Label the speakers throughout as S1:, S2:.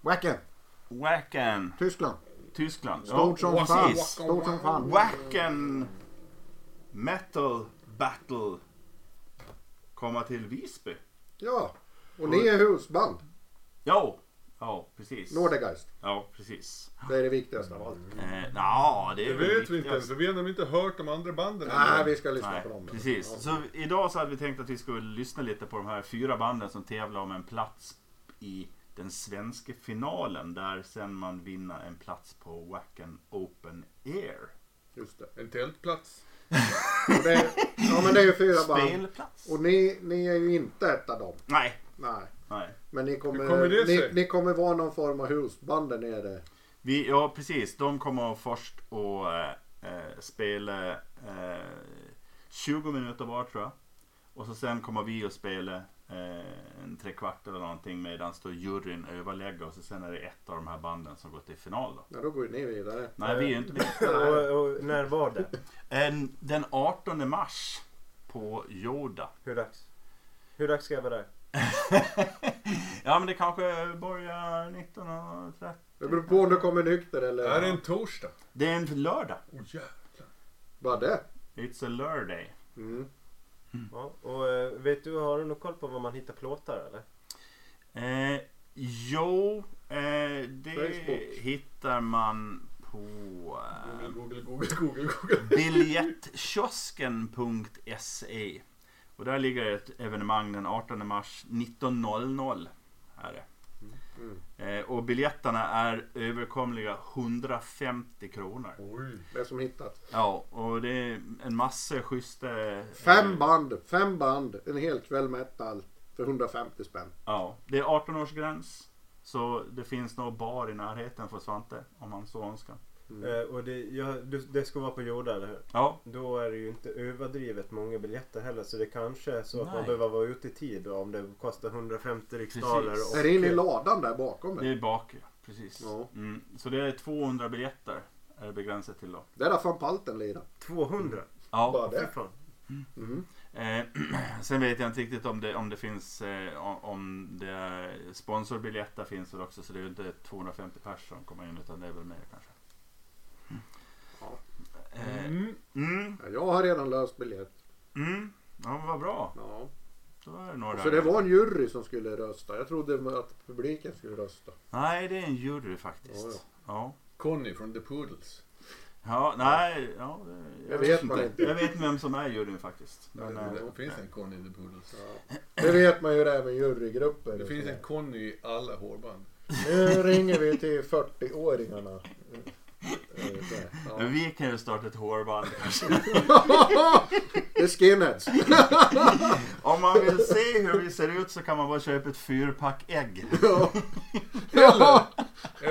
S1: Wacken,
S2: Wacken,
S1: Tyskland.
S2: Tyskland.
S1: Stort som
S2: precis.
S1: fan. Stort som fan.
S2: Wacken Metal Battle komma till Visby.
S1: Ja, och ni är husband.
S2: Ja, ja precis.
S1: Nordegeist.
S2: Ja, precis.
S1: Det är det viktigaste av allt.
S2: Eh, ja, det är
S3: Det
S2: väl
S3: vet vi inte ens,
S2: viktigast.
S3: för vi har nämligen inte hört de andra banden
S1: Nej,
S3: ännu.
S1: vi ska lyssna
S2: Nej,
S1: på dem.
S2: precis. Så idag så hade vi tänkt att vi skulle lyssna lite på de här fyra banden som tävlar om en plats i den svenska finalen. Där sen man vinner en plats på Wacken Open Air.
S1: Just det.
S3: En tältplats.
S1: Och det ja, men det är ju fyra band.
S2: Spelplats.
S1: Och ni, ni är ju inte ett av dem.
S2: Nej,
S1: Nej.
S2: nej.
S1: Men ni kommer,
S3: Hur kommer det
S1: ni,
S3: sig?
S1: ni kommer vara någon form av husband där nere.
S2: Vi, ja precis, de kommer först och eh, eh, spela eh, 20 minuter var tror jag. Och så sen kommer vi att spela eh, en trekvart eller någonting medan då juryn överlägger och så sen är det ett av de här banden som går till final då.
S1: Ja, då går ju ni vidare.
S2: Nej, vi är ju inte med.
S4: Och, och när var det?
S2: En, den 18 mars på Yoda.
S4: Hur dags? Hur dags ska jag vara där?
S2: ja men det kanske börjar 19.30.
S1: Det beror på om du kommer nykter eller...
S3: Är det en torsdag?
S2: Det är en lördag.
S3: Åh jävlar.
S1: Bara det.
S2: It's a lördag.
S1: Mm.
S4: Ja, och eh, vet du, har du någon koll på var man hittar plåtar eller?
S2: Eh, jo, eh, det
S1: Facebook.
S2: hittar man på eh,
S3: Google, Google, Google, Google.
S2: biljettkiosken.se. E. Och där ligger ett evenemang den 18 mars 19.00. Är det.
S1: Mm.
S2: Eh, och biljetterna är överkomliga 150 kronor.
S3: Oj.
S1: Det som hittat.
S2: Ja, och det är en massa schyssta... eh,
S1: Fem band, fem band, en hel kväll metal för 150 spänn.
S2: Ja, det är 18-årsgräns. Så det finns nog bar i närheten för Svante om han så önskar.
S4: Eh, och det, jag, du, det ska vara på Yoda, eller hur?
S2: Ja,
S4: Då är det ju inte överdrivet många biljetter heller så det kanske är så att
S2: Nej.
S4: man behöver vara ute i tid då, om det kostar 150 riksdaler.
S2: Precis.
S4: och-
S1: Är det inne i ladan där bakom
S2: Det
S1: mig?
S2: är bak, ja. precis.
S1: Ja.
S2: Mm. Så det är 200 biljetter är det begränsat till då.
S1: Det är där fan palten lirar.
S4: 200?
S2: Ja.
S1: Bara
S4: Fy
S1: det.
S4: fan.
S1: Mm.
S2: Eh, sen vet jag inte riktigt om det, om det finns eh, om- om det är sponsorbiljetter finns väl också så det är ju inte 250 pers som kommer in utan det är väl mer kanske.
S1: Ja.
S2: Eh,
S3: Mm.
S2: mm,
S1: Ja, jag har redan löst biljett.
S2: mm. Ja men vad bra.
S1: Ja.
S2: Då är det några
S1: Så det var en jury som skulle rösta. Jag trodde att publiken skulle rösta.
S2: Nej det är en jury faktiskt.
S1: Ja,
S2: Ja,
S1: ja.
S2: ja.
S3: Conny från The Poodles.
S2: nej. Ja, det,
S1: Det vet man inte.
S2: Jag vet inte vem som är juryn faktiskt. Men, eh,
S3: Det finns en Conny i The Poodles.
S1: Ja. Det vet man ju det är med jurygrupper.
S3: Det finns en Conny i alla hårband.
S1: Nu ringer vi till 40-åringarna. Eh, eh, där.
S2: men vi kan ju starta ett hårband kanske.
S1: Ja. Det är skinheads.
S2: Om man vill se hur vi ser ut så kan man bara köpa ett fyrpack ägg.
S1: Ja.
S3: Eller,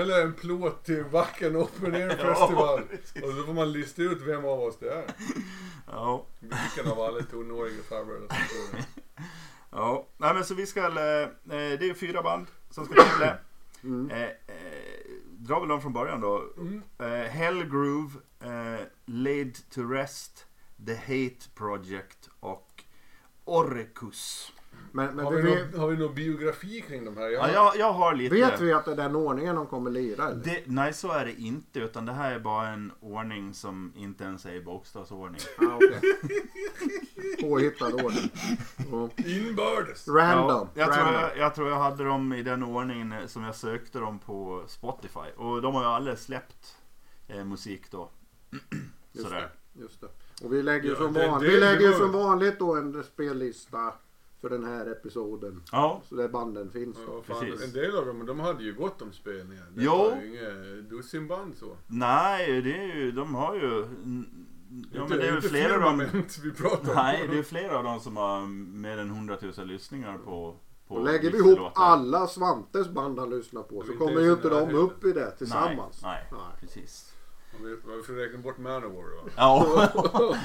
S3: eller en plåt till Wacken Open Air Festival. Och så får man lista ut vem av oss det är.
S2: Ja.
S3: Vilken av alla tonåringar farbröder som står där.
S2: ja. Nej men så vi ska, eh, eh, det är fyra band som ska tävla.
S1: Mm.
S2: Eh, eh, dra väl dem från början då.
S3: Mm.
S2: Eh, Hellgroove, eh, Laid to Rest, The Hate Project och Orcus.
S1: Men, men
S3: Har
S1: vi,
S3: vi,
S1: vet-
S3: någon, har vi någon biografi kring de här? Jag
S2: Ja, jag, jag har lite.
S1: vet vi att det är den ordningen de kommer lira eller?
S2: Det, nej så är det inte utan det här är bara en ordning som inte ens är i bokstavsordning.
S1: Ah, okay. Påhittad ordning. Ja.
S3: Inbördes!
S1: Random.
S2: Ja, jag, tror
S1: random.
S2: jag, jag tror jag hade dem i den ordningen som jag sökte dem på Spotify. Och de har ju aldrig släppt eh, musik då.
S1: Just
S2: Sådär.
S1: Det, just det. Och vi lägger ju
S3: Ja,
S1: som,
S3: det-
S1: van,
S3: det-
S1: vi
S3: det
S1: lägger ju
S3: var-
S1: som vanligt då en spellista för den här episoden.
S2: Ja,
S1: Så där banden finns
S3: Ja,
S1: då.
S3: vad fan,
S2: Precis.
S3: en del av dem, de hade ju gott om spelningar. Det
S2: Jo.
S3: var ju inga dussinband så.
S2: nej det är ju, de har ju... n- Ja, men det är ju
S3: inte
S2: flera av dem.
S3: moment vi pratar om.
S2: Nej, det är flera av dem som har mer än 100 000 lyssningar på... på
S1: Och lägger vi
S2: vissa
S1: ihop
S2: låtar.
S1: alla Svantes band han lyssnar på så
S3: inte
S1: kommer
S3: ens
S1: ju
S3: i
S1: inte de
S3: närheten.
S1: upp i det tillsammans.
S2: Nej, nej, precis.
S3: Om vi- om Vi får räkna bort Manowar va?
S2: Ja. ja.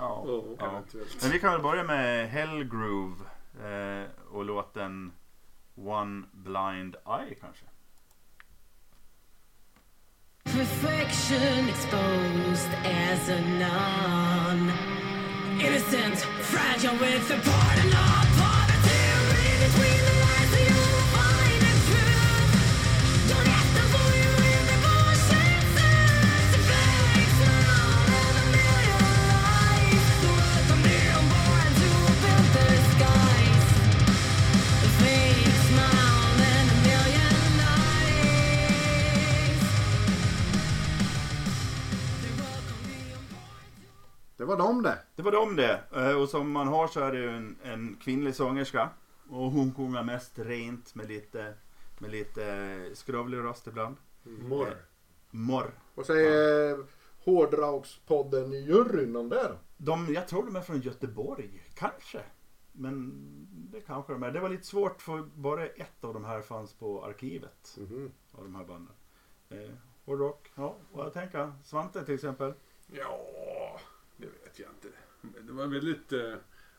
S1: Ja.
S2: ja. Men vi kan väl börja med Hellgroove eh, och låten One Blind Eye kanske.
S5: Perfection exposed as a nun. Innocent, fragile with the pardon of poverty. Read between the lines, you'll find the truth.
S1: var de det.
S2: Det var de det. Eh, Och som man har så är det ju en, en kvinnlig sångerska. Och hon sjunger mest rent med lite, med lite eh, skrovlig röst ibland.
S3: Mm.
S2: Eh,
S3: Morr.
S2: Morr.
S1: Och så är ja. hårdrockspodden i juryn de där.
S2: De, jag tror de är från Göteborg, kanske. Men det kanske de är. Det var lite svårt för bara ett av de här fanns på arkivet.
S1: Mhm.
S2: Av de här banden. Eh, hårdrock, ja. Och jag tänker Svante till exempel.
S3: Ja, det vet jag inte. Men Det var väldigt... Eh,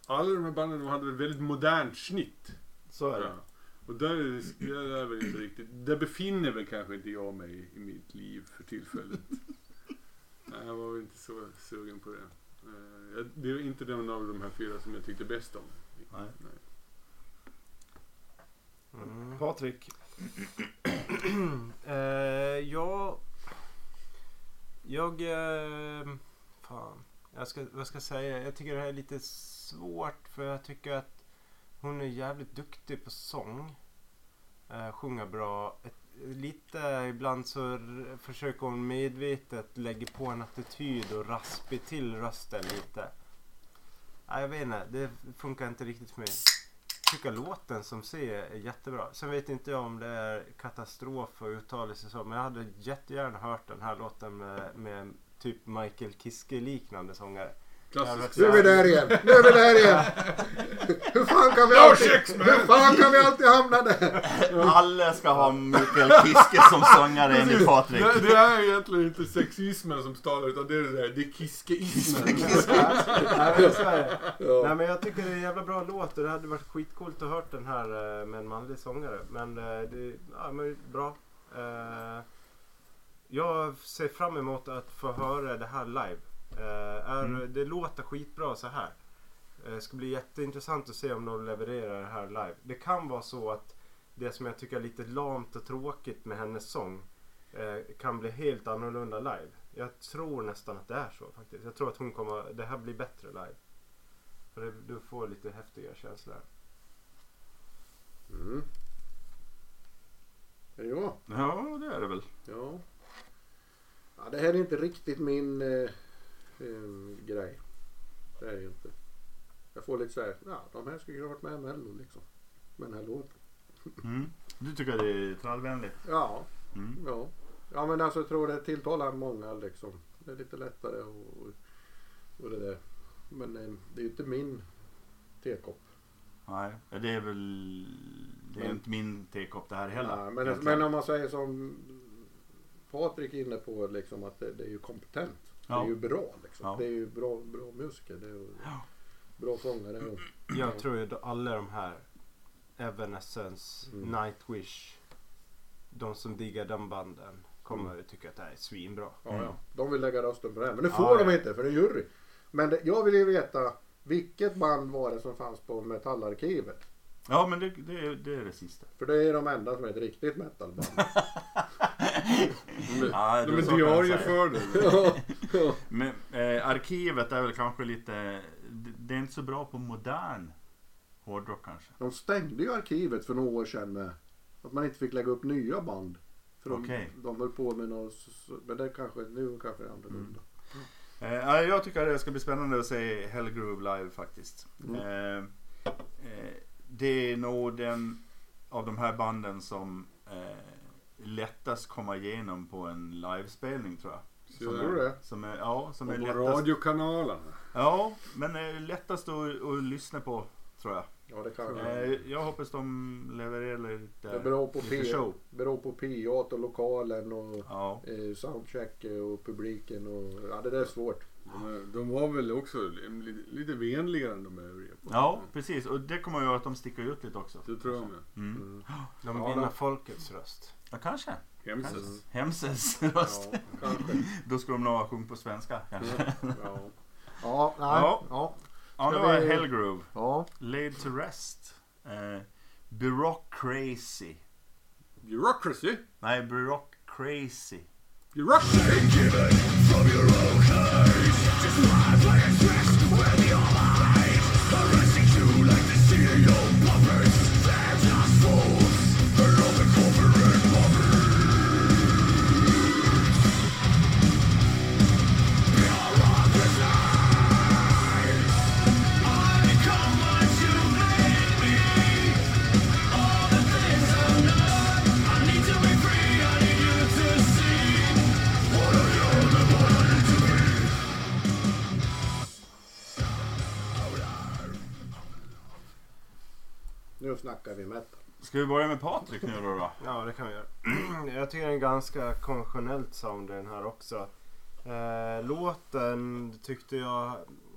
S3: alla de här banden de hade ett väldigt modernt snitt.
S2: Så är det.
S3: Ja. Och där, är- där är väl inte riktigt... Där befinner väl kanske inte jag mig i mitt liv för tillfället. Nej, jag var väl inte så sugen på det. Eh, jag- Det är inte den av de här fyra som jag tyckte bäst om.
S2: Nej.
S3: Nej.
S4: Mm.
S2: Patrik.
S4: Eh, jag... Jag... eh, fan. Jag ska, vad ska jag säga? Jag tycker det här är lite svårt för jag tycker att hon är jävligt duktig på sång. Eh, sjunger bra. Ett, lite ibland så r- försöker hon medvetet lägga på en attityd och raspig till rösten lite. Nej, jag vet inte, det funkar inte riktigt för mig tycka låten som C är jättebra. Sen vet inte jag om det är katastrof för uttalelse och så, men jag hade jättegärna hört den här låten med, med typ Michael Kiske-liknande sångare.
S3: Klassiskt.
S1: Nu är vi där igen. Nu är vi där igen. Hur fan kan vi
S3: No
S1: alltid,
S3: checks, man.
S1: hur fan kan vi alltid hamna där?
S2: Alla ska ha Mikael Kiske som sångare enligt Patrik.
S3: Det, det är egentligen inte sexismen som talar utan det är det där, det är kiskeismen.
S4: Nej, men så är det. Nej
S1: Ja.
S4: men jag tycker det är en jävla bra låt och det hade varit skitcoolt att hört den här eh, med en manlig sångare. Men eh, det ja, men bra. Eh, Jag ser fram emot att få höra det här live. Eh, Är,
S2: Mm.
S4: Det låter skitbra så här. Eh, Det ska bli jätteintressant att se om de levererar det här live. Det kan vara så att det som jag tycker är lite lamt och tråkigt med hennes sång eh, kan bli helt annorlunda live. Jag tror nästan att det är så faktiskt. Jag tror att hon kommer, det här blir bättre live. För det, du får lite häftiga känslor.
S1: Mm. Ja.
S2: Ja, det är det väl.
S1: Ja. ja. Det här är inte riktigt min eh, eh, grej. Det är det ju inte. Jag får lite så här, ja de här skulle ju ha varit med i Mello liksom. Med den här låten.
S2: Mm. Du tycker det är trallvänligt.
S1: Ja,
S2: Mm.
S1: ja. Ja men alltså jag tror det tilltalar många liksom. Det är lite lättare och, och det där. Men eh, det är ju inte min tekopp.
S2: Nej, ja, det är väl... Det är ju
S1: Men-
S2: inte min tekopp det här heller.
S1: Ja, men,
S2: egentligen.
S1: men om man säger som Patrik är inne på liksom att det, det är ju kompetent. Det
S2: Ja.
S1: är ju bra liksom.
S2: Ja.
S1: Det är ju bra, bra musiker. Det är ju
S2: Ja.
S1: bra sångare. Och,
S4: Jag tror ju att alla de här Evanescence,
S1: Mm.
S4: Nightwish, de som diggar den banden kommer ju tycka att det här är svinbra.
S1: Mm. ja,
S2: Mm.
S1: ja. De vill lägga rösten på det här. Men det
S4: Ja,
S1: får de
S4: ja.
S1: inte för det är jury. Men det, jag vill ju veta vilket band var det som fanns på metallarkivet?
S2: Ja, men det, det, är- det är det sista.
S1: För det är de enda som är ett riktigt metalband. Mm.
S2: Ja,
S3: De är
S2: så kan man säga.
S3: diarier för det.
S1: ja, ja.
S2: Men, eh, arkivet är väl kanske lite... Det, det är inte så bra på modern hårdrock kanske.
S1: De stängde ju arkivet för några år sedan med att man inte fick lägga upp nya band. För de,
S2: Okej.
S1: de höll på med något, s- s- men det kanske, nu kanske det är annorlunda.
S2: Eh, ja, jag tycker det ska bli spännande att se Hellgroove live faktiskt.
S1: Mm.
S2: Eh, eh, det är nog den av de här banden som eh, lättast kommer igenom på en livespelning tror jag.
S3: Så
S1: Tror du det?
S2: Som är, ja, som är
S3: Och på
S2: lättast,
S3: radiokanalerna.
S2: ja, men eh, lättast att, att lyssna på tror jag.
S1: Ja det kanske
S2: Eh, jag hoppas de levererar lite,
S1: Det beror på
S2: lite
S1: P-
S2: show.
S1: beror på PA och lokalen och
S2: Ja.
S1: eh, soundcheck och publiken och ja det där är svårt.
S3: De, är- de var väl också lite, lite vänligare än de övriga. på-
S2: ja, precis. Och det kommer att göra att de sticker ut lite också.
S3: Det tror jag med.
S2: Mm.
S1: Mm.
S4: De
S1: Ja,
S4: vinner
S1: de-
S4: folkets röst.
S2: Ja, kanske.
S3: Hemskt.
S2: Hemses röst.
S1: Ja, kanske.
S2: Då skulle de nog ha sjungit på svenska. kanske.
S1: Ja, ja, nej,
S2: Ja.
S1: ja. ja.
S2: Ja, det
S1: Ska
S2: var
S1: vi-
S2: Hellgroove.
S1: ja.
S2: Laid to rest. Eh, bureaucracy.
S3: Bureaucracy.
S2: Nej, bureaucracy.
S3: Bureaucracy.
S1: heavy metal.
S2: Ska vi börja med Patrik nu då? då?
S4: Ja, det kan vi göra. Jag tycker det är en ganska konventionellt sound i den här också. Eh, låten tyckte jag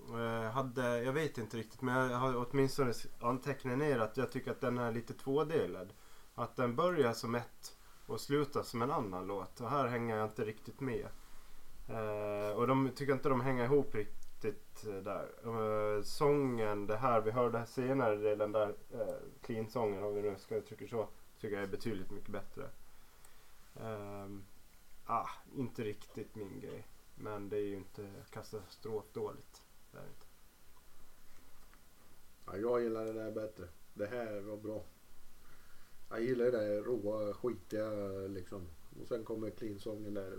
S4: eh, hade, jag vet inte riktigt men jag har åtminstone antecknat ner att jag tycker att den är lite tvådelad. Att den börjar som ett och slutar som en annan låt och här hänger jag inte riktigt med. Eh, och de tycker inte de hänger ihop riktigt eh, där. Eh, sången, det här vi hörde senare, det är den där eh, clean-sången om vi nu ska uttrycka så, tycker jag är betydligt mycket bättre. Ehm, ah, inte riktigt min grej. Men det är ju inte katastrofdåligt. Det är det inte.
S1: Ja, jag gillar det där bättre. Det här var bra. Jag gillar ju det här råa, skitiga liksom. Och sen kommer clean-sången där.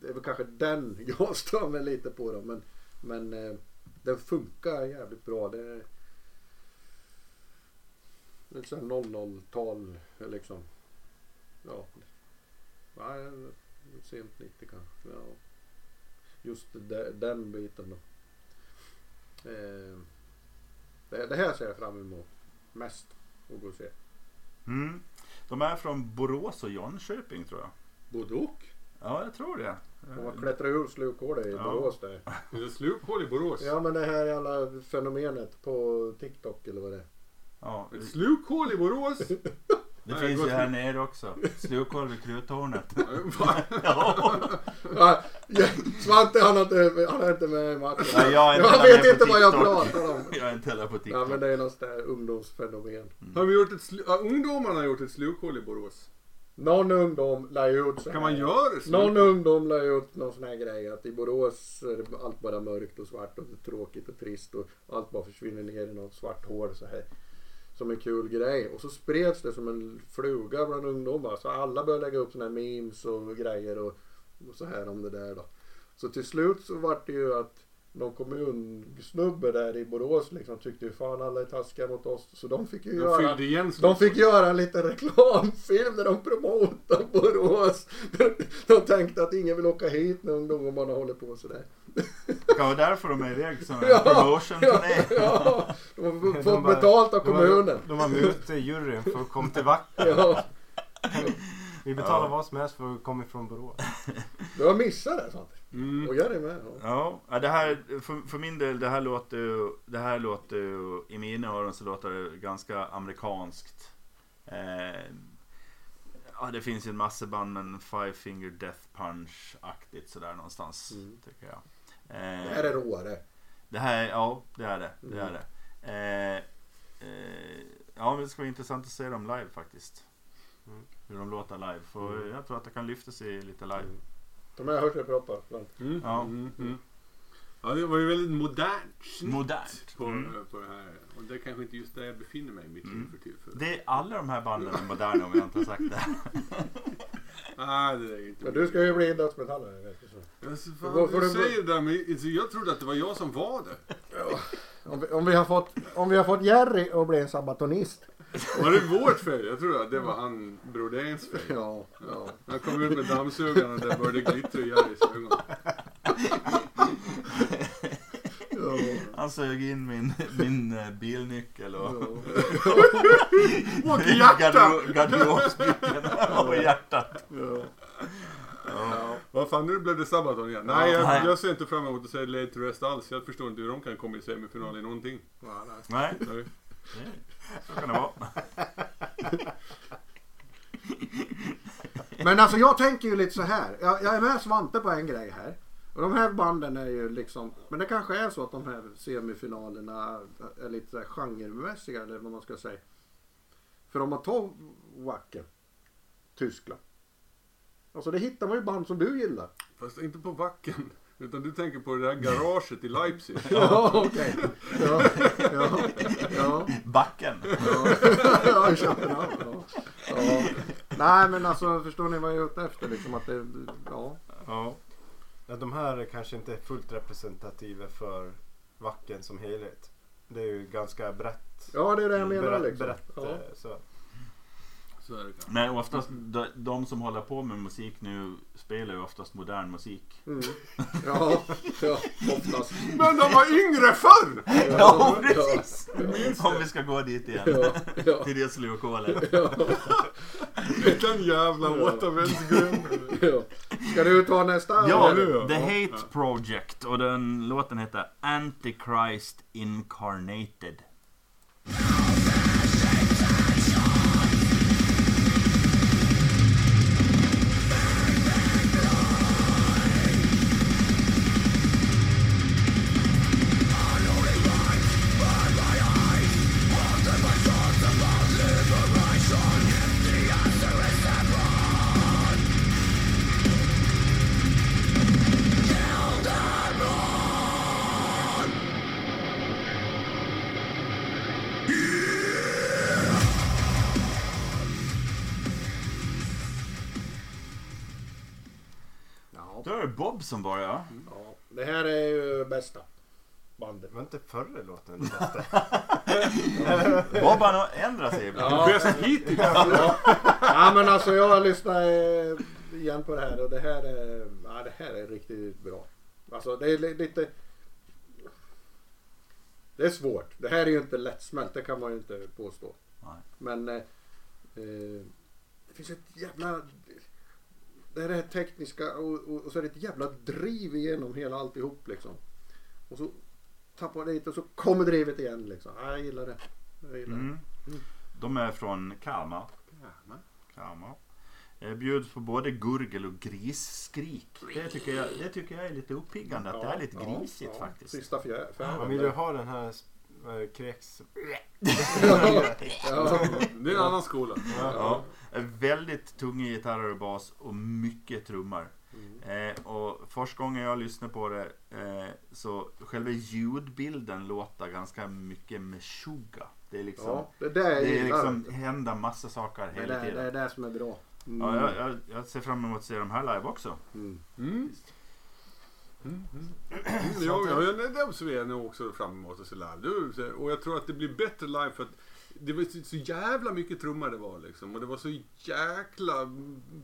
S1: Det är väl kanske den jag stör mig lite på då. Men, men eh, den funkar jävligt bra. Det är lite sån 00-tal liksom. Ja. Nej, sent 90 kanske. Ja. Just de- den biten då. Eh, det, det här ser jag fram emot mest att gå och se.
S2: Mm. De är från Borås och Jönköping tror jag.
S1: Både och.
S2: Ja, jag tror det.
S1: Om man klättrar ur slukhålet i
S2: Ja.
S1: Borås där.
S3: Är det slukhål i Borås?
S1: Ja men det här jävla fenomenet på TikTok eller vad det är.
S2: Ja,
S3: Ett
S2: det-
S3: slukhål i Borås?
S2: det
S3: Nej,
S2: finns ju
S3: gott.
S2: här nere också. Slukhål vid Kruthornet.
S3: Va?
S2: Ja.
S1: Ja, ja, Svante han har inte, han har inte med i matchen.
S2: Nej, jag är inte
S1: jag
S2: med på
S1: vet inte vad jag
S2: TikTok.
S1: pratar om.
S2: Jag är inte heller på TikTok.
S1: Ja men det är något sånt där ungdomsfenomen.
S3: Har vi gjort ett slu- ja, ungdomarna har gjort ett slukhål i Borås.
S1: Någon ungdom la ju ut så
S3: Kan
S1: här.
S3: man göra det?
S1: Någon ungdom la ju upp någon sån här grej att i Borås är det allt bara mörkt och svart och tråkigt och trist och allt bara försvinner ner i något svart hål så här. Som en kul grej. Och så spreds det som en fluga bland ungdomar. Så alla började lägga upp såna här memes och grejer och, och så här om det där då. Så till slut så vart det ju att någon kommunsnubbe där i Borås liksom tyckte ju fan alla är taskiga mot oss. Så de fick ju
S3: De
S1: göra
S3: fyllde igen
S1: de fick göra en liten reklamfilm där de promotar Borås. De tänkte att ingen vill åka hit när ungdomarna håller på sådär.
S2: Det kan vara därför de är iväg som en
S1: Ja,
S2: promotion-turné.
S1: Ja, de har
S4: De
S1: fått
S4: bara-
S1: betalt av
S4: de har-
S1: kommunen.
S4: De var ute i juryn för att komma till vakt.
S1: Ja,
S4: Vi betalar
S2: Ja.
S4: vad som helst för att komma ifrån Borås.
S1: du har missat det Svante.
S3: Mm.
S1: Och jag är med. Ja.
S2: Ja, ja, det här, för, för min del, det här låter ju, det här låter ju, i mina öron så låter det ganska amerikanskt. Eh, ja, det finns ju en massa band men Five Finger Death Punch-aktigt sådär någonstans,
S1: Mm.
S2: tycker jag.
S1: Det
S2: Eh,
S1: här är råare.
S2: det här, ja, det är det. det, är
S1: Mm.
S2: det. Eh, eh, ja, men det ska bli intressant att se dem live faktiskt.
S4: Mm.
S2: Hur de låter live. För
S1: Mm.
S2: jag tror att det kan lyfta sig lite live.
S1: De här hörselproppar. Svante.
S3: Mm.
S2: Ja.
S3: Mm. Mm. Ja, det var ju väldigt modernt snitt
S2: Modernt.
S3: På,
S2: Mm.
S3: på det här. Och det är kanske inte just där jag befinner mig i mitt
S2: Mm.
S3: liv för tillfället.
S2: Det är alla de här banden är moderna om jag inte har sagt det.
S3: Ah, det är inte
S1: Men du ska ju bli dödsmetallare. Vet du. så.
S3: Alltså, fan,
S1: Vad- vad-
S3: du säger det där med, alltså, jag trodde att det var jag som var det.
S1: Om, vi, om, vi har fått, om vi har fått Jerry att bli en sabatonist.
S3: Var det vårt fel? Jag trodde att det var han Brodéns fel.
S1: Ja, ja.
S3: Han kom ut med dammsugaren och det började glittra i Jerrys ögon.
S1: ja.
S2: Han sög in min, min eh, bilnyckel och
S3: Och hjärta!
S2: garderob- garderobsnyckeln och hjärtat.
S1: ja.
S2: Ja.
S3: Vad fan, nu blev det Sabaton igen. Nej,
S2: Ja.
S3: jag,
S2: Nej.
S3: jag ser inte fram emot att säga Late to Rest alls. Jag förstår inte hur de kan komma i semifinal i någonting.
S1: Ja, nej.
S2: Nej,
S3: Nej.
S2: nej, så kan det vara.
S1: Men alltså jag tänker ju lite så här. Jag, jag är med Svante på en grej här. Och de här banden är ju liksom. Men det kanske är så att de här semifinalerna är lite så här genremässiga eller vad man ska säga. För om man tar Wacken. Tyskland. Alltså det hittar man ju band som du gillar.
S3: Fast inte på backen. Utan du tänker på det där garaget i Leipzig.
S1: Ja, okej. Ja, ja, ja.
S2: Backen.
S1: Ja, i Köpenhamn. Ja. Ja. Nej men alltså förstår ni vad jag är ute efter liksom att det, ja.
S2: Ja.
S4: Ja, de här är kanske inte fullt representativa för Vacken som helhet. Det är ju ganska brett.
S1: Ja det är det jag menar
S4: brett, eh,
S1: liksom.
S4: brett
S1: Ja.
S4: eh, så.
S3: Så är det kanske.
S2: Nej, oftast de, de som håller på med musik nu spelar ju oftast modern musik.
S1: Mm. Ja, ja, oftast.
S3: Men de var yngre förr!
S2: Ja, precis.
S1: Ja, ja,
S2: Om vi ska gå dit igen.
S1: ja, ja,
S2: Till det slukhålet.
S1: ja,
S3: Vilken jävla
S1: Ja.
S3: återvändsgränd.
S1: ja. Ska du ta nästa?
S2: Ja,
S1: eller?
S2: The Hate Project och den låten heter Antichrist Incarnated.
S1: ja.
S2: Då är det Bob som börjar.
S1: ja. Det här är ju bästa bandet.
S4: Var inte förre låten den bästa?
S2: Bob han har ändrat sig ibland.
S1: Ja.
S3: Bäst hittills.
S1: Ja. ja men alltså jag lyssnar eh, igen på det här och det här är, ja, det här är riktigt bra. Alltså det är li- lite... Det är svårt. Det här är ju inte lättsmält, det kan man ju inte påstå.
S2: Nej.
S1: Men eh, eh, det finns ett jävla... Det här är tekniska och, och, och så är det ett jävla driv igenom hela alltihop liksom. Och så tappar det lite och så kommer drivet igen liksom. Ja, Jag gillar det. Jag gillar det.
S2: Mm. De är från Kalmar. Kalmar. Eh, Bjuds på både gurgel och grisskrik. Det tycker jag, det tycker jag är lite uppiggande att det är lite
S1: ja,
S2: grisigt
S1: ja.
S2: faktiskt.
S1: Sista fjär, fjärden.
S4: Man vill ju ha den här eh, kräks...
S1: ja, ja,
S3: Det är en annan skola.
S2: Ja. Eh, Väldigt tunga gitarrer och bas och mycket trummor.
S1: Mm.
S2: Eh, och första gången jag lyssnade på det eh, så själva ljudbilden låter ganska mycket meshuggah. Det är liksom,
S1: ja, det där
S2: det är
S1: gillar jag
S2: liksom
S1: inte.
S2: händer massa saker
S1: det,
S2: hela
S1: där, det
S2: tiden.
S1: är det som är bra. Mm.
S2: Ja, jag, jag, jag ser fram emot att se de här live också.
S1: Mm.
S3: Mm. Mm, mm. Ja, ja, ja, det observerar jag också fram emot och så live. Du, så- Och jag tror att det blir bättre live för att det var så- så jävla mycket trummor det var liksom. Och det var så jäkla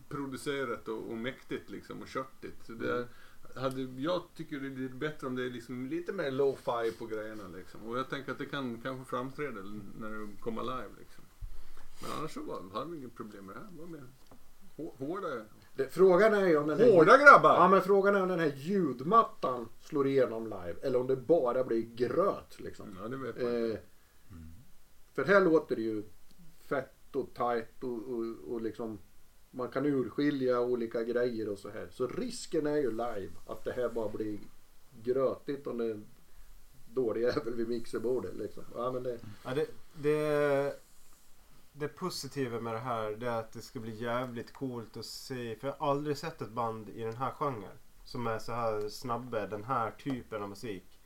S3: producerat och, och mäktigt liksom och köttigt. Så det, hade, jag tycker det är lite bättre om det är liksom lite mer lo-fi på grejerna liksom. Och jag tänker att det kan kanske framträda när det kommer live liksom. Men annars så var, hade vi inget problem med det här. Det var mer hår- hårda,
S1: Det, frågan är ju om den här,
S3: hårda grabbar!
S1: ja, men frågan är om den här ljudmattan slår igenom live eller om det bara blir gröt.
S2: Mm.
S1: Liksom.
S3: Ja, det vet man.
S1: Eh, för här låter det ju fett och tajt och, och, och liksom man kan urskilja olika grejer och så här. Så risken är ju live att det här bara blir grötigt om det är en dålig jävel vid mixerbordet. Liksom. Ja, men det,
S4: Ja, det, det, det positiva med det här det är att det ska bli jävligt coolt att se. För jag har aldrig sett ett band i den här genren. Som är så här snabbe, den här typen av musik.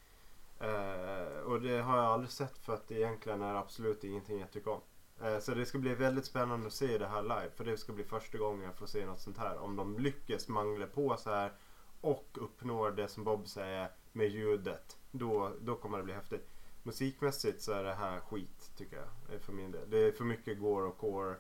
S4: Eh, och det har jag aldrig sett för att det egentligen är absolut ingenting jag tycker om. Eh, så det ska bli väldigt spännande att se det här live. För det ska bli första gången jag får se något sånt här. Om de lyckas mangla på så här och uppnår det som Bob säger med ljudet. Då, då kommer det bli häftigt. Musikmässigt så är det här skit tycker jag. eh, För min del. Det är för mycket gore och core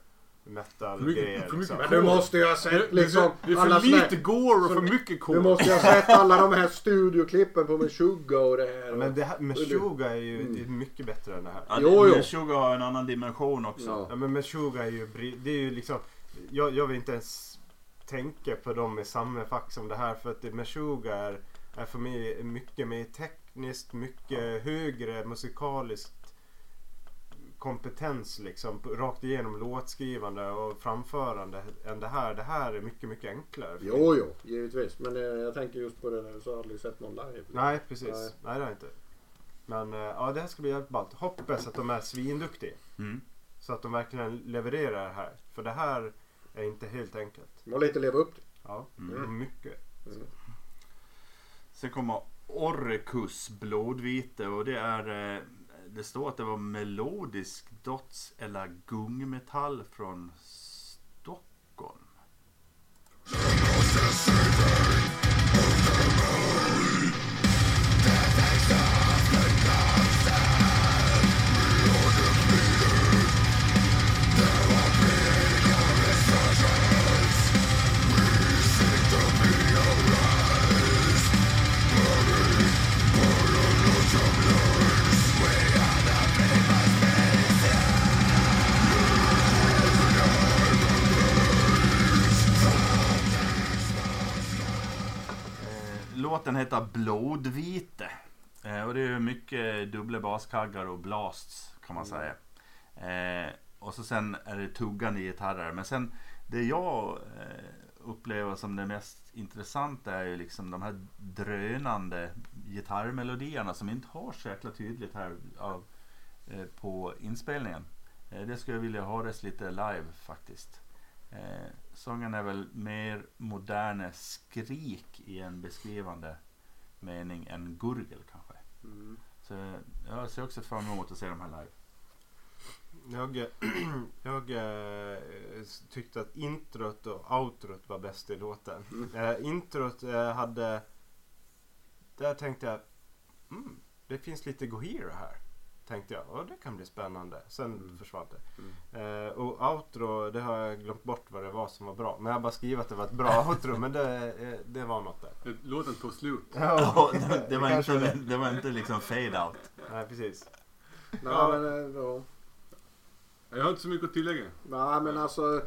S4: metal
S3: För mycket-
S4: grejer.
S3: för mycket
S4: liksom.
S1: Men du måste ju ha sett liksom
S3: det är
S1: alla
S3: för
S1: såna här-
S3: lite gore och för mycket
S1: Du
S3: kol.
S1: måste ju ha sett alla de här studioklippen på Meshuggah och det här.
S4: Ja, Men det här Meshuggah är ju
S1: Mm.
S4: det är mycket bättre än det här.
S2: Ja,
S1: Jo, jo.
S2: Meshuggah har en annan dimension också.
S1: Ja.
S4: Ja, men Meshuggah är ju, bri- det är ju liksom, jag, jag vill inte ens tänka på dem i samma fack som det här för att det- Meshuggah är, är för mig mycket mer tekniskt, mycket högre musikaliskt kompetens liksom på- rakt igenom låtskrivande och framförande än det här. Det här är mycket, mycket enklare. för mig.
S1: Jo, jo, givetvis. Men eh, jag tänker just på det när du sa aldrig sett någon live.
S4: Nej, precis.
S1: Nej.
S4: Nej, det har jag inte. Men eh, ja, det här ska bli jävligt ballt. Hoppas att de är svinduktiga.
S2: Mm.
S4: Så att de verkligen levererar det här. För det här är inte helt enkelt.
S1: De har lite att leva upp till.
S4: Ja,
S1: Mm.
S4: mycket.
S2: Sen kommer Orcus blodvite och det är eh, det står att det var melodisk dots eller gungmetall från Stockholm. Låten heter Blodvite. Eh, och det är ju mycket dubbla baskaggar och blasts kan man säga. Eh, och så sen är det tuggande gitarrer. Men sen det jag eh, upplever som det mest intressanta är ju liksom de här drönande gitarrmelodierna som inte har så jäkla tydligt här av, eh, på inspelningen. Eh, det skulle jag vilja ha det lite live faktiskt. Eh, sången är väl mer moderne skrik i en beskrivande mening än gurgel kanske.
S1: Mm.
S2: Så eh, jag ser också fram emot att se de här live.
S4: Jag, eh, jag eh, s- tyckte att introt och outrot var bäst i låten. Eh, introt eh, hade... Där tänkte jag... Mm, det finns lite Gohira här. Tänkte jag. Och det kan bli spännande. Sen
S1: Mm.
S4: försvann det. Eh, och outro, det har jag glömt bort vad det var som var bra. Men jag har bara skrivit att det var ett bra outro. men det, eh, det var något där.
S3: Låten tog slut.
S2: Ja, det, det,
S4: det
S2: var
S4: kanske
S2: inte,
S4: var
S2: det var inte liksom fade out.
S4: Nej, precis.
S1: Nej, men, eh, ja.
S3: Jag har inte så mycket att tillägga.
S1: Nej men alltså. eh,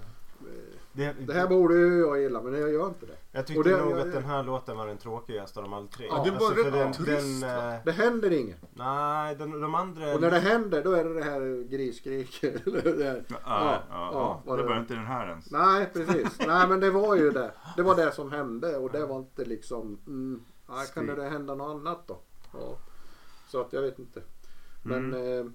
S4: Det,
S1: Det här borde ju jag gilla men jag gör inte det.
S4: jag tyckte
S1: och det-
S4: nog
S1: jag-
S4: att den här låten var den tråkigaste av de alla tre.
S1: Ja, det
S3: var
S4: Alltså,
S3: rätt
S4: för den,
S3: trist,
S4: den, eh,
S1: Det händer inget.
S4: Nej, den, de andra...
S1: Och när det händer då är det det här grisskriket. eller det här.
S2: Ja,
S1: Ja,
S2: ja,
S1: ja,
S2: ja,
S1: var
S2: Det
S1: det-
S2: var inte den här ens.
S1: Nej precis. Nej men det var ju det. Det var det som hände och det var inte liksom. Mm, nej, kan det hända något annat då? Ja. Så att jag vet inte. Men. Eh,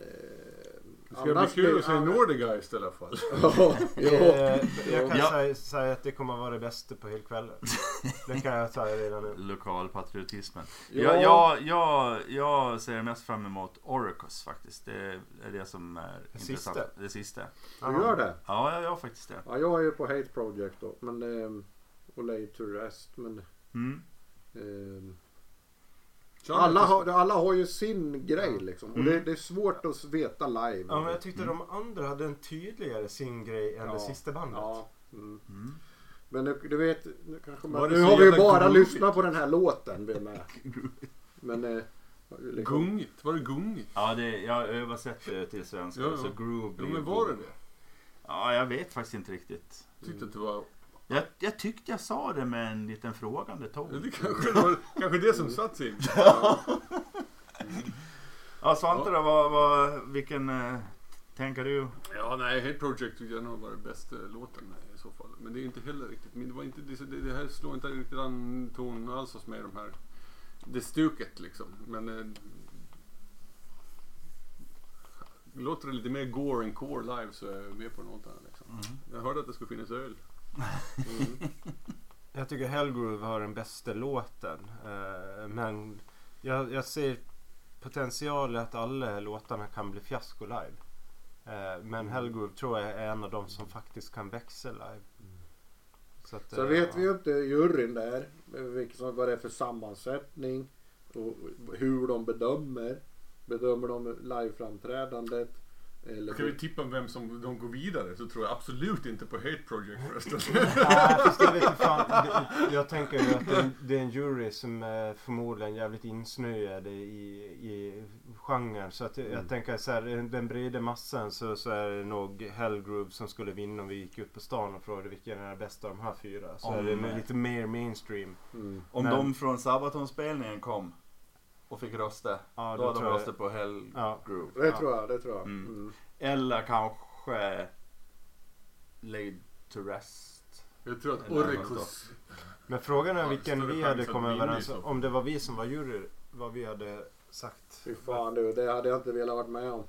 S1: eh,
S3: Mm. Det ska bli
S1: annars
S3: kul
S1: blir-
S3: att se Nordergeist i alla fall.
S1: Ja, ja.
S4: Eh, jag kan
S2: Ja.
S4: säga, säga att det kommer vara det bästa på hela kvällen. Det kan jag säga redan nu.
S2: Lokalpatriotismen.
S1: Ja.
S2: Jag, jag, jag, jag ser mest fram emot Oracus faktiskt. Det är det som är
S4: Det
S2: intressant.
S4: sista.
S2: Det sista.
S1: Du gör det?
S2: Ja, jag gör faktiskt det.
S1: Ja, jag är ju på Hate Project då. Men, ehm, och Lay to Rest. Men,
S2: Mm.
S1: ehm,
S3: Kör
S1: alla,
S3: lite.
S1: har, alla har ju sin grej liksom. Och
S2: Mm.
S1: det, det är svårt att veta live.
S4: Ja, men jag tyckte de andra hade en tydligare sin grej än
S1: Mm. Ja.
S4: det sista bandet.
S1: Ja, mm.
S2: Mm.
S1: Men du, du vet, nu, kanske
S3: Var
S1: man,
S3: det
S1: nu
S3: så
S1: har vi ju
S3: jävla
S1: bara
S3: groovigt?
S1: lyssnat på den här låten. Vi med. Men, eh, liksom,
S3: Gungigt. Var det gungigt?
S2: Ja, det, jag har översatt det till svenska.
S3: Ja, ja.
S2: Så groove
S3: Ja,
S2: blir
S3: men var det
S2: groove.
S3: det?
S2: Ja, jag vet faktiskt inte riktigt.
S3: Jag tyckte att det var...
S2: Jag, jag tyckte jag sa det med en liten frågande ton.
S3: Det kanske var kanske det som satt sig.
S2: Ja, Svante då, vad, vad, vilken eh, tänker du?
S3: Ja, nej, Hate Project tyckte jag nog var den bästa låten i så fall. Men det är inte heller riktigt min. Det, var inte, det, det här slår inte riktigt an ton alls hos mig, de här. Det stuket liksom. Men... Eh, låter det lite mer gore and core live så är jag med på låtarna liksom. Jag hörde att det skulle finnas öl.
S1: mm,
S4: Jag tycker Hellgroove har den bästa låten. eh, Men jag, jag ser potential i att alla låtarna kan bli fiasko live. Eh,
S1: Mm.
S4: Men Hellgroove tror jag är en av de som faktiskt kan växa live. Så att,
S1: Mm. så
S4: eh,
S1: vet vi
S4: ja.
S1: ju inte juryn där. Vilket, som- vad det är för sammansättning. Och hur de bedömer. Bedömer de liveframträdandet? Eller
S3: Ska vi tippa vem som de går vidare så tror jag absolut inte på Hate Project förresten.
S4: Nej, fast jag vet inte fan. Det- Jag tänker ju att det är en, det är en jury som är förmodligen jävligt insnöad i, i genren. Så att jag,
S3: Mm.
S4: jag tänker så här, eh, den breda massan så, så är det nog Hellgroove som skulle vinna om vi gick ut på stan och frågade vilken är den bästa av de här fyra. Så är det
S2: Om-
S4: nog lite mer mainstream.
S1: Mm.
S2: Om
S4: Men-
S2: de från Sabaton-spelningen kom och fick rösta,
S4: Ja,
S2: då hade
S4: då
S2: de
S4: tror jag-
S2: röstat på Hell
S4: Ja.
S2: Groove.
S1: Det
S4: Ja.
S1: tror jag, det tror jag.
S2: Mm.
S1: Mm.
S2: Eller kanske Laid to Rest.
S3: Jag tror att
S2: Eller något
S3: Oricus...
S4: Men frågan är
S3: Ja,
S4: vilken
S3: större
S4: vi
S3: chans
S4: hade
S3: att
S4: kommit
S3: vinna i
S4: överens
S3: så
S4: om.
S3: fall.
S4: Om det var vi som var jury, vad vi hade sagt.
S1: Fy fan du, det hade jag inte velat varit med om.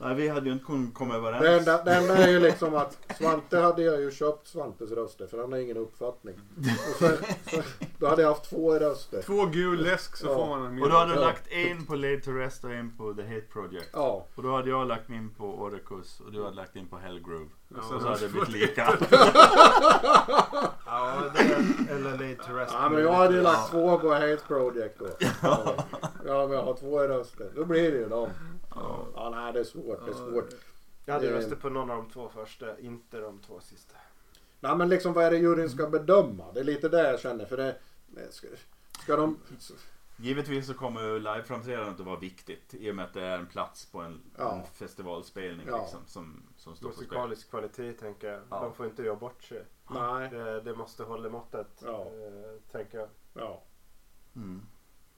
S2: Nej, vi hade ju inte kunnat komma överens.
S1: Det enda, det enda är ju liksom att Svante hade jag ju köpt Svantes röster för han har ingen uppfattning. Och så, så, då hade jag haft två röster.
S3: Två gul läsk så
S1: Ja.
S3: får man en
S2: Och då hade du
S1: Ja.
S2: lagt en på Laid to Rest och en på The Hate Project.
S1: Ja.
S2: Och då hade jag lagt min på Oracus och du hade lagt in på Hell Groove.
S3: Ja,
S2: Och så hade det blivit lika.
S4: Ja, det, eller Late to Rest.
S1: ja, men jag hade ju lagt två på Hate Project då. Ja, ja men jag har två röster. Då blir det ju dem. Ja, nej det är svårt, det är svårt.
S4: Jag hade
S1: Eh.
S4: röstat på någon av de två första, inte de två sista.
S1: Nej men liksom vad är det juryn ska bedöma? Det är lite det jag känner för det... Ska, ska de...
S2: Givetvis så kommer ju liveframträdandet att vara viktigt i och med att det är en plats på en,
S1: Ja.
S2: en festivalspelning
S1: Ja.
S2: liksom, som, som står på spel.
S4: Musikalisk kvalitet tänker jag.
S2: Ja.
S4: De får inte göra bort sig.
S1: Nej,
S4: Det, det måste hålla måttet.
S1: Ja.
S4: eh, tänker jag.
S1: ja.
S2: Mm.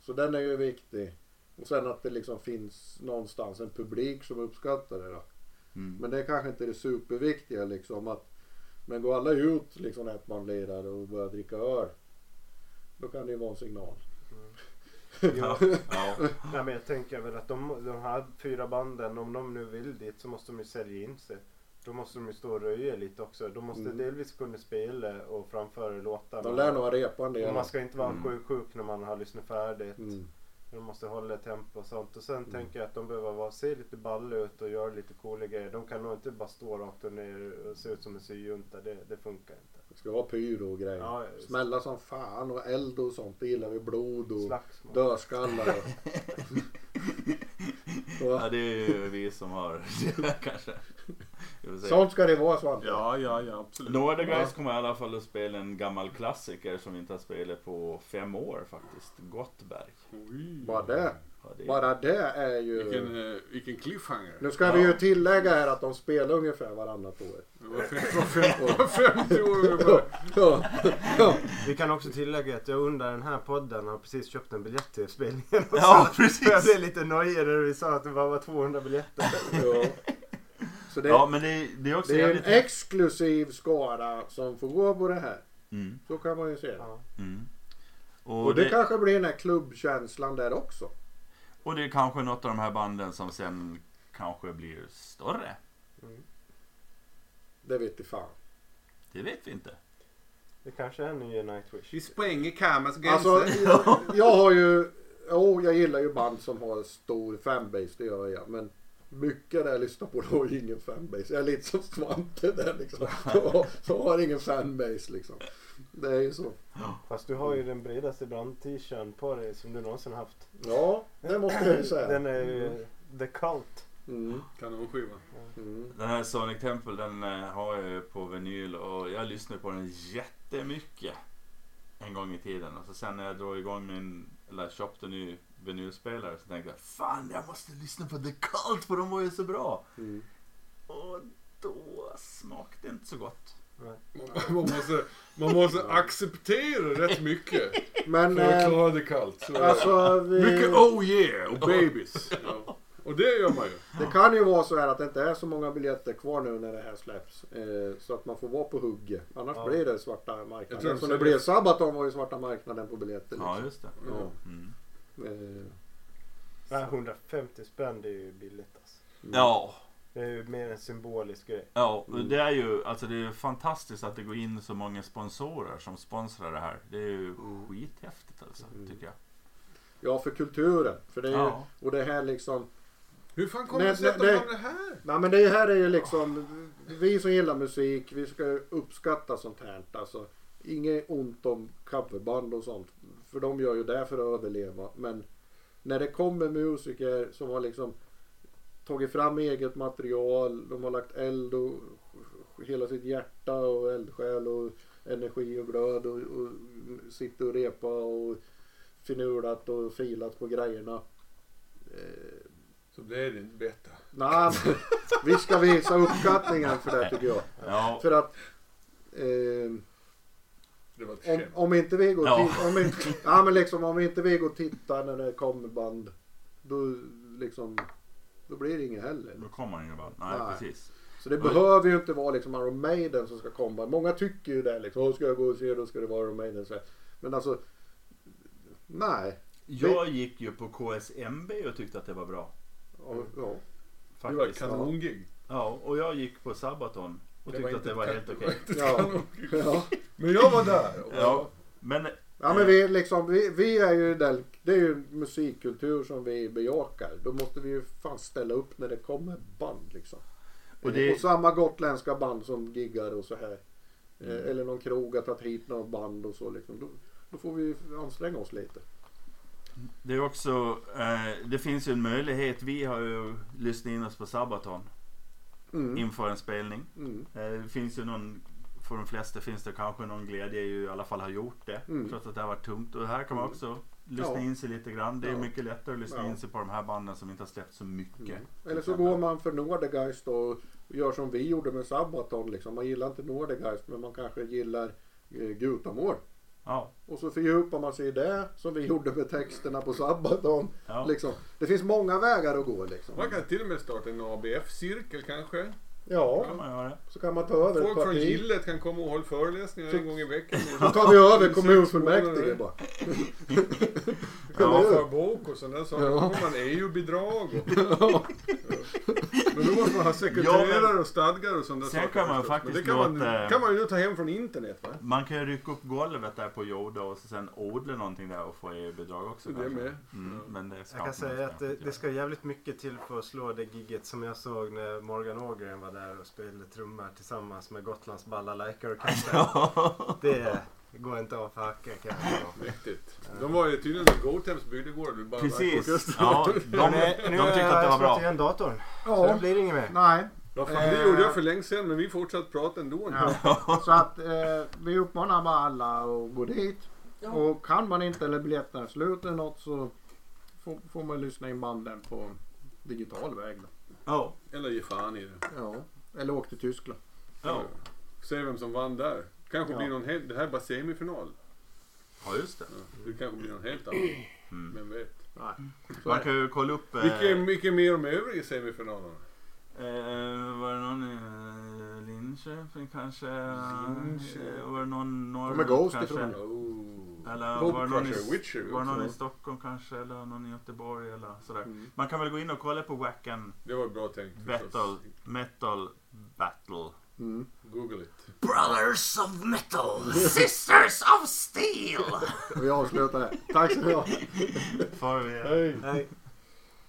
S1: Så den är ju viktig. Och sen att det liksom finns någonstans en publik som uppskattar det då.
S2: Mm.
S1: Men det är kanske inte det superviktiga liksom att men går alla ut liksom när man lirar och börjar dricka öl. Då kan det ju vara en signal.
S4: Jo,
S2: Ja.
S4: nej, men jag tänker väl att de, de här fyra banden, om de nu vill dit så måste de ju sälja in sig. Då måste de ju stå och röja lite också. De måste
S1: Mm.
S4: delvis kunna spela och framföra låtarna.
S1: De lär nog ha repan det.
S4: Och man
S1: gärna.
S4: ska inte vara
S2: Mm.
S4: sjuk, sjuk när man har lyssnat färdigt.
S1: Mm.
S4: De måste hålla tempo och sånt. Och sen tänker jag att de behöver vara, se lite balla ut och göra lite coola grejer. De kan nog inte bara stå rakt och ner och se ut som en syjunta. Det, det funkar inte.
S1: Det ska vara pyro och grejer.
S4: Ja, just.
S1: Smälla som fan och eld och sånt. Det gillar vi. Blod och
S4: Slagsmål.
S1: dödskallar. och-
S2: ja, det är ju vi som har kanske. Jag vill säga.
S1: Sånt ska det vara Svante.
S3: Ja, ja, ja, absolut.
S2: Några The Guys kommer i alla fall att spela en gammal klassiker som vi inte har spelat på fem år faktiskt. Gottberg.
S3: Oj.
S1: Bara det.
S2: Ja, det är-
S1: Bara det är ju...
S3: Vilken, eh, vilken cliffhanger.
S1: Nu ska vi ju tillägga här att de spelar ungefär varannat år.
S3: Det var fem- var fem- var 50 år ungefär.
S1: Ja.
S4: Vi kan också tillägga att jag under den här podden har precis köpt en biljett till spelningen.
S2: Ja,
S4: För jag
S2: precis.
S4: blev lite nöjd när vi sa att det bara var 200 biljetter.
S1: Ja. Så det,
S2: Ja, men det, är- det är också
S1: det är en
S2: jävligt-
S1: exklusiv skara som får gå på det här.
S2: Mm,
S1: Så kan man ju se det.
S4: Ja.
S2: mm. Och,
S1: Och det
S2: det,
S1: kanske blir den här klubbkänslan där också.
S2: och det är kanske något av de här banden som sen kanske blir större.
S1: Det vet du fan.
S2: Det vet vi inte.
S4: Det kanske är nya Nightwish.
S3: Vi spränger Kamas
S1: Alltså, jag, jag har ju... Jo, jag gillar ju band som har stor fanbase, det gör jag. Men mycket där jag lyssnar på, då har ju ingen fanbase. Jag är lite som Svante där liksom. Som- Som har ingen fanbase liksom. Det är ju så.
S4: Fast du har ju den bredaste brand-t-shirten på dig som du någonsin haft.
S1: Ja, det måste jag ju säga.
S4: Den är ju The Cult.
S1: Mm,
S3: Kanonskiva.
S1: mm.
S2: Den här Sonic Temple den eh, har jag ju på vinyl och jag lyssnade på den jättemycket en gång i tiden. Och så sen när jag drog igång min, eller köpte en ny vinylspelare så tänkte jag Fan jag måste lyssna på The Cult för de var ju så bra.
S1: Mm.
S2: Och då smakade det inte så gott.
S3: Man måste, man måste acceptera rätt mycket
S1: Men...
S3: för att
S1: eh,
S3: klara det kallt. Så.
S1: Alltså, vi,
S3: Mycket oh yeah och babies. Ja. Och det gör man ju.
S1: det kan ju vara så här att det inte är så många biljetter kvar nu när det här släpps. Eh, så att man får vara på hugget. Annars
S4: Ja.
S1: blir det svarta
S3: Jag tror
S1: marknaden.
S3: de
S1: Som det
S3: säljer-
S1: blev Sabaton var ju svarta marknaden på biljetter. Liksom.
S2: Ja just det.
S1: Ja.
S2: Mm.
S1: Eh,
S4: Nej, 150 spänn det är ju billigt alltså.
S2: Ja,
S4: Det är ju mer en symbolisk grej.
S2: ja och
S1: Mm.
S2: det är ju alltså det är ju fantastiskt att det går in så många sponsorer som sponsrar det här. Det är ju skithäftigt alltså
S1: Mm.
S2: tycker jag.
S1: ja, för kulturen. För det är ju,
S2: Ja.
S1: Och det här liksom.
S3: Hur fan kommer det
S1: Nej,
S3: sig att
S1: nej,
S3: de har det här?
S1: Nej men det här är ju liksom. Vi som gillar musik, vi ska ju uppskatta sånt här. Alltså, inget ont om coverband och sånt. För de gör ju det för att överleva. Men när det kommer musiker som har liksom tagit fram eget material. De har lagt eld och hela sitt hjärta och eldsjäl och energi och glöd och, och sitter och repa och finulat och filat på grejerna. Eh,
S3: Så det är det inte bättre.
S1: Nej, men vi ska visa uppskattningen för det tycker jag.
S2: Ja,
S1: För att eh,
S3: Det var ett
S1: om,
S3: skämt.
S1: om inte vi går
S2: Ja.
S1: ti- om, inte, ja, men liksom, om inte vi går och tittar när det kommer band då, liksom, då blir det inget heller.
S2: då kommer ingen band. Nej,
S1: Nej.
S2: precis.
S1: Så det behöver ju inte vara liksom Iron Maiden som ska komma. Många tycker ju det liksom. "Åh, Ska jag gå och se då ska det vara Iron Maiden. Så här. Men alltså nej.
S2: Jag gick ju på KSMB och tyckte att det var bra.
S1: Ja, ja.
S3: Det var
S2: Faktiskt.
S3: ett kanongig.
S2: Ja, och jag gick på Sabaton och
S3: Det
S2: tyckte
S3: var
S2: att det
S3: inte
S2: var
S3: ett
S2: helt
S3: kan-
S2: okej.
S1: Ja. Ja.
S3: Men jag var där. Och
S2: Ja, men
S1: Ja men vi, liksom, vi, vi är ju den, det är ju musikkultur som vi bejakar. Då måste vi ju fan ställa upp när det kommer band liksom.
S2: Och
S1: Och,
S2: det-
S1: samma gotländska band som giggar och så här. Eh, Eller någon krog har tagit hit några band och så liksom. Då, då får vi anstränga oss lite.
S2: det är också, eh, det finns ju en möjlighet. Vi har ju lyssnat in oss på Sabaton
S1: Mm.
S2: inför en spelning.
S1: Mm.
S2: Eh, det finns ju någon, för de flesta finns det kanske någon glädje i att i alla fall ha gjort det.
S1: Mm.
S2: Trots att det har varit tungt. Och här kan man också lyssna
S1: Ja.
S2: in sig lite grann. Det är
S1: Ja.
S2: mycket lättare att lyssna
S1: Ja.
S2: in sig på de här banden som inte har släppt så mycket.
S1: Mm. Eller så går man för Nordegeist då och gör som vi gjorde med Sabaton. Liksom. Man gillar inte Nordegeist men man kanske gillar eh, Gutamår.
S2: Ja,
S1: Och så fördjupar man sig i det som vi gjorde med texterna på Sabaton.
S2: ja.
S1: Liksom. Det finns många vägar att gå liksom.
S3: Man kan till och med starta en ABF-cirkel kanske.
S2: kan
S1: Ja,
S2: man göra.
S1: så kan man ta över ett
S3: Folk från
S1: parti. Typ.
S3: Gillet kan komma och hålla föreläsningar en gång i veckan.
S1: Då tar vi över
S3: Sex
S1: kommunfullmäktige
S3: månader.
S1: bara.
S3: Ja,
S1: Eller hur?
S3: för bok och sådana saker.
S1: Ja.
S3: Då får man EU-bidrag och... Men då måste man ha
S2: Ja, men-
S3: sekreterare och stadgar och sådana
S2: Sen
S3: saker.
S2: kan man
S3: förstås.
S2: faktiskt
S3: Men det kan,
S2: låta-
S3: man, kan man ju nu ta hem från internet va?
S2: Man kan ju rycka upp golvet där på Yoda och så sen odla någonting där och få EU-bidrag också.
S3: Det
S2: kanske.
S3: med.
S2: Mm,
S3: Ja.
S2: men det ska
S4: Jag kan
S2: man
S4: säga
S2: inte
S4: att det,
S2: göra.
S4: det ska jävligt mycket till för att slå det gigget som jag såg när Morgan Ågren var där och spelade trummor tillsammans med Gotlands Balla Lajkor-orkestern. Det går inte av för hacka kan jag säga.
S3: Mäktigt. De var ju tydligen i Gothems bygdegård. Det bara-
S2: Precis. Ja, de, de,
S4: eh, Nu
S2: tyckte
S4: har
S2: att det
S4: jag
S2: var
S4: slagit
S2: bra.
S4: igen datorn. Så det
S6: Ja,
S4: blir inget mer.
S6: nej.
S3: Ja, fan, det
S6: Eh.
S3: gjorde jag för länge sedan men vi fortsatte prata ändå.
S6: Ja. Så att eh, vi uppmanar bara alla att gå dit. Och kan man inte eller biljetterna är slut eller något så får, får man lyssna in banden på digital väg. Då.
S2: Ja,
S3: Eller ge fan i det.
S6: Ja. Eller åk till Tyskland.
S2: ja.
S3: Se vem som vann där. Kanske
S6: Ja.
S3: blir någon helt... Det här är bara semifinal.
S2: ja, just det. Mm.
S3: Ja, det kanske blir någon helt annan. Vem vet. Mm.
S2: Man kan ju kolla upp... eh,
S3: Vilka, vilka är med i de övriga semifinalerna?
S2: Eh, var det någon i eh, Linköping kanske?
S3: Linköping.
S2: Eh, Var det någon norrut
S1: Kommer Ghost
S2: kanske?
S1: ifrån?
S3: Oh.
S2: Eller
S1: Bob
S2: var det någon, i,
S3: Crusher, Witcher
S2: var det någon i
S3: också.
S2: Stockholm kanske? Eller någon i Göteborg eller sådär.
S3: Mm.
S2: Man kan väl gå in och kolla på Wacken
S3: Det var bra tänkt. förstås.
S2: Battle, Metal Battle.
S1: Mm.
S3: Google it.
S2: Brothers of Metal, Sisters of Steel!
S1: Vi avslutar det. Tack så mycket.
S2: Far vi
S4: Nej.